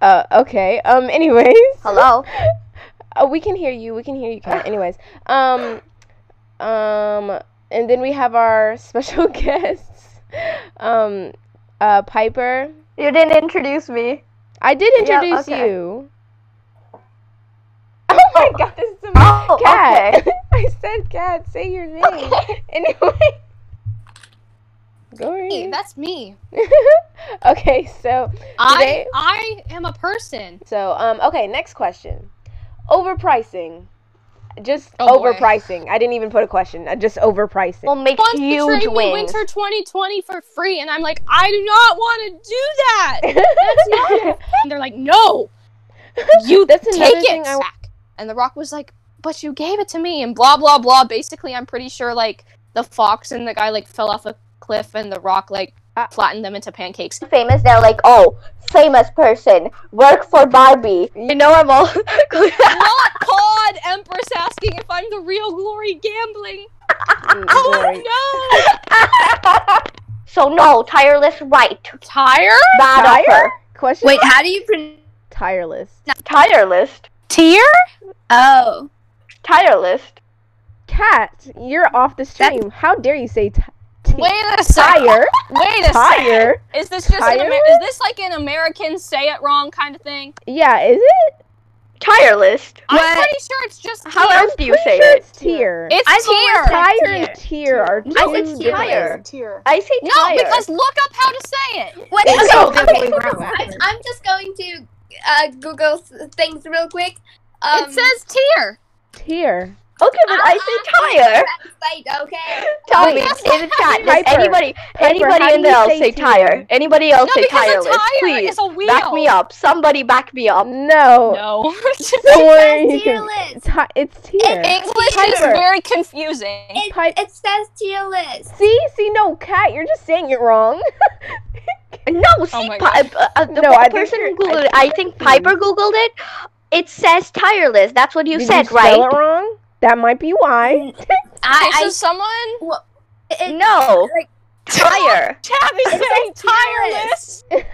Uh, okay. Um. Anyways. Hello. Uh, we can hear you. We can hear you, Kat. Anyways. Um. Um. And then we have our special guests. Um. Uh. Piper. You didn't introduce me. I did Yeah, introduce okay. you. Oh my God! This is amazing. Oh, Cat. I said Cat. Say your name. Anyway. Hey, Glory. that's me. okay. So. I Today- I am a person. So, um, okay, next question. Overpricing. Just Oh, boy. overpricing. I didn't even put a question. I just overpricing. We'll make Wants to huge trade me wins. winter 2020 for free, and I'm like, I do not want to do that. That's not. and they're like, No, you That's take another it thing I wa- back. And The Rock was like, But you gave it to me, and blah blah blah. Basically, I'm pretty sure like the fox and the guy like fell off a cliff, and The Rock like Uh, flattened them into pancakes. Famous, they're like, oh, famous person, work for Barbie. You know I'm all. not Pod Empress asking if I'm the real glory gambling. Mm, glory. Oh no! so no, tireless right, Tire? bad Tire? offer. Question Wait, how do you pronounce? tireless. Tireless, Tear? Oh, tireless. Cat, you're off the stream. How dare you say t- t- Wait a second. tire? Wait a second. Tire? Is this just an Tire? Amer- is this like an American say it wrong kind of thing? Yeah, is it? Tireless. I'm What? pretty sure it's just How tear. else do you say Pretty sure it? It's tier. It's I've always tear. said- tire Tier. and tier are two I said different- tire. Tier. I say No, tire. because look up how to say it. what? It's Okay, so okay. definitely wrong. I'm, I'm just going to uh, Google th- things real quick. Um, it says tear. Tier. okay, but I Ah, say tire. Website, okay. Tell Wait. me in the chat. Does Piper. anybody, how anybody in do you there else say say tier? tire? Anybody No, else say because tireless? a tire Please, is a wheel. back me up. Somebody back me up. No. No. Don't worry, you It can. says tier list. Ti- it's tier. English is Piper. very confusing. It, Pipe- it says tier list. See, see, no, Cat, you're just saying it wrong. No, see, my Pi- uh, uh, the No, one I think person you're- who googled I it. I think Piper googled it. It says tireless. That's what you Did said, you spell right? it wrong? That might be why. Okay, so I, someone I it, No, like- tire. Tab is It saying says tear tireless.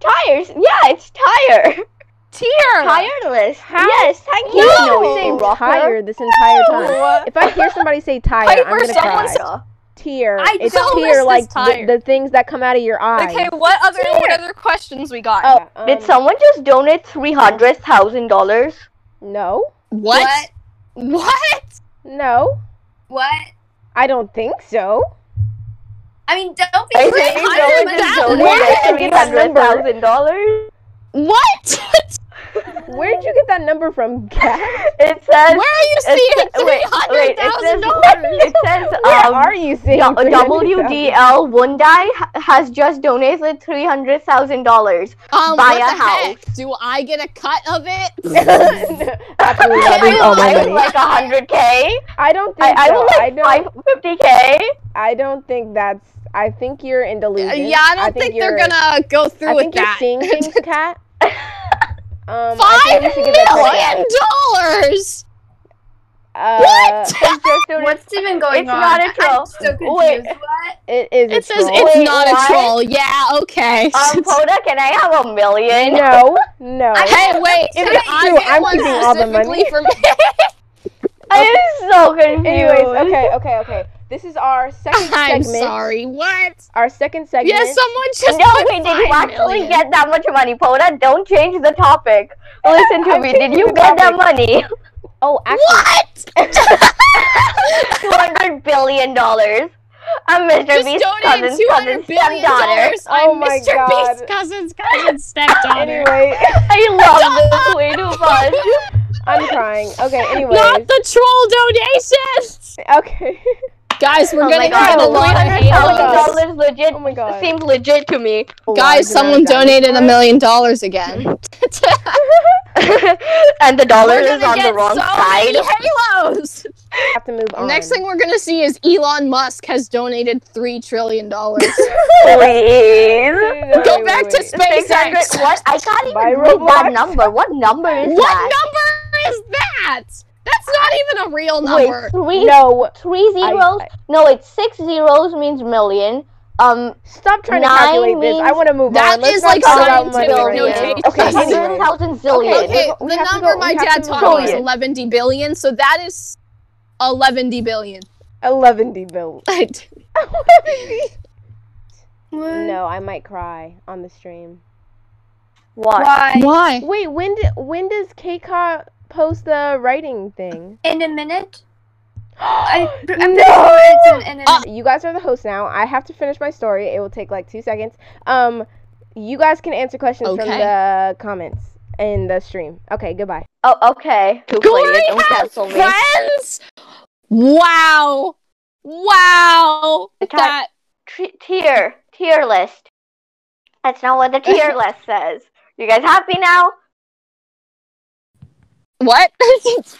Tires. Yeah, it's tire. Tear. Tireless. How? Yes, thank You you. know we say rocker. tire this entire time. If I hear somebody say tire, I'm Piper, gonna someone cry. Tear. I it's don't miss tear this like the, tire. the things that come out of your eye. Okay, what other what other questions we got? Oh, um, Did someone just donate three hundred thousand dollars? No, What? What? no, What? I don't think so. I mean, don't be I crazy. think I someone don't just know. donated Where did you three get that hundred number? thousand dollars. What? Where'd you get that number from, Cat? It says. Where are you it seeing sa- three hundred it thousand dollars? says. It says. Where um, are you seeing? 300,000? Du- WDL Wundai ha- has just donated three hundred thousand dollars. Um, buy what a the house. heck? Do I get a cut of it? Oh Absolutely I not. This is would all my I like- money. would like hundred k. I don't I think I so. would I like don't. five fifty k. I don't think that's. I think you're in delusion. Uh, yeah, I don't think, they're you're- gonna go I through think with you're that. seeing things, Cat. Um, I Five think we should get that million dollars. checked out. Uh, What's even going It's on? not a troll. I'm so confused. Wait. What? It is. It a says troll. it's Wait, not what? a troll. Yeah, okay. Um, Poda, can I have a million? No, no. hey, wait. If can it's I true, get I'm one keeping all the specifically money. For me? I am so confused. Anyways, okay, okay, okay. This is our second I'm segment. sorry. What? Our second segment. Yes, someone just No, put wait, did you five actually million. get that much money, Poda? Don't change the topic. Listen to I'm me. changing Did you the get that money? Oh, actually, What? Two hundred billion dollars. I'm Mr. Just Beast's donated cousin's two cousin's hundred billion stepdaughter. dollars. Oh I'm my Mr. God. Beast's cousin's cousin's stepdaughter. anyway, I love this way too much. I'm crying. Okay, Not anyways, the troll donations! okay. Guys, we're Oh my gonna god, have a lot of halos. $100,000 legit Oh my god. Oh, seemed legit to me. Guys, Large someone amount of donated a dollars. million dollars again. and the dollar We're Oh, is gonna on the get wrong so side. many halos. We Have to move on. Next thing we're gonna see is Elon Musk has donated three trillion dollars. Please. Wait, Go wait, back wait, to wait. 600 SpaceX. what? I can't even By read that Roblox. number. What number is What that? number is that? That's not even a real Wait, number. three, No, three I- zeros? no, it's six zeros means million. Um, Stop trying to Nine calculate this. I means- want to move That on. Let's is not like talk about scientific money right notation. now. Okay, Yes. anyway. 7,000 Okay, zillion. Okay, we- we the have to number go- my we have dad to taught me is go. 11 D billion, so that is 11 D billion. Eleven D bill. no. no, I might cry on the stream. Why? Why? Why? Wait, when did when does KCOT post the writing thing? In a minute? I, I, I'm pretty sure Oh, it's in, in a minute. you guys are the host now. I have to finish my story. It will take like two seconds. Um, you guys can answer questions from Okay. the comments in the stream. Okay, goodbye. Oh, okay. Who played Glory it? Don't cancel me. friends? Wow. Wow. I can't- That T- tier. Tier list. That's not what the tier list says. You guys happy now? what?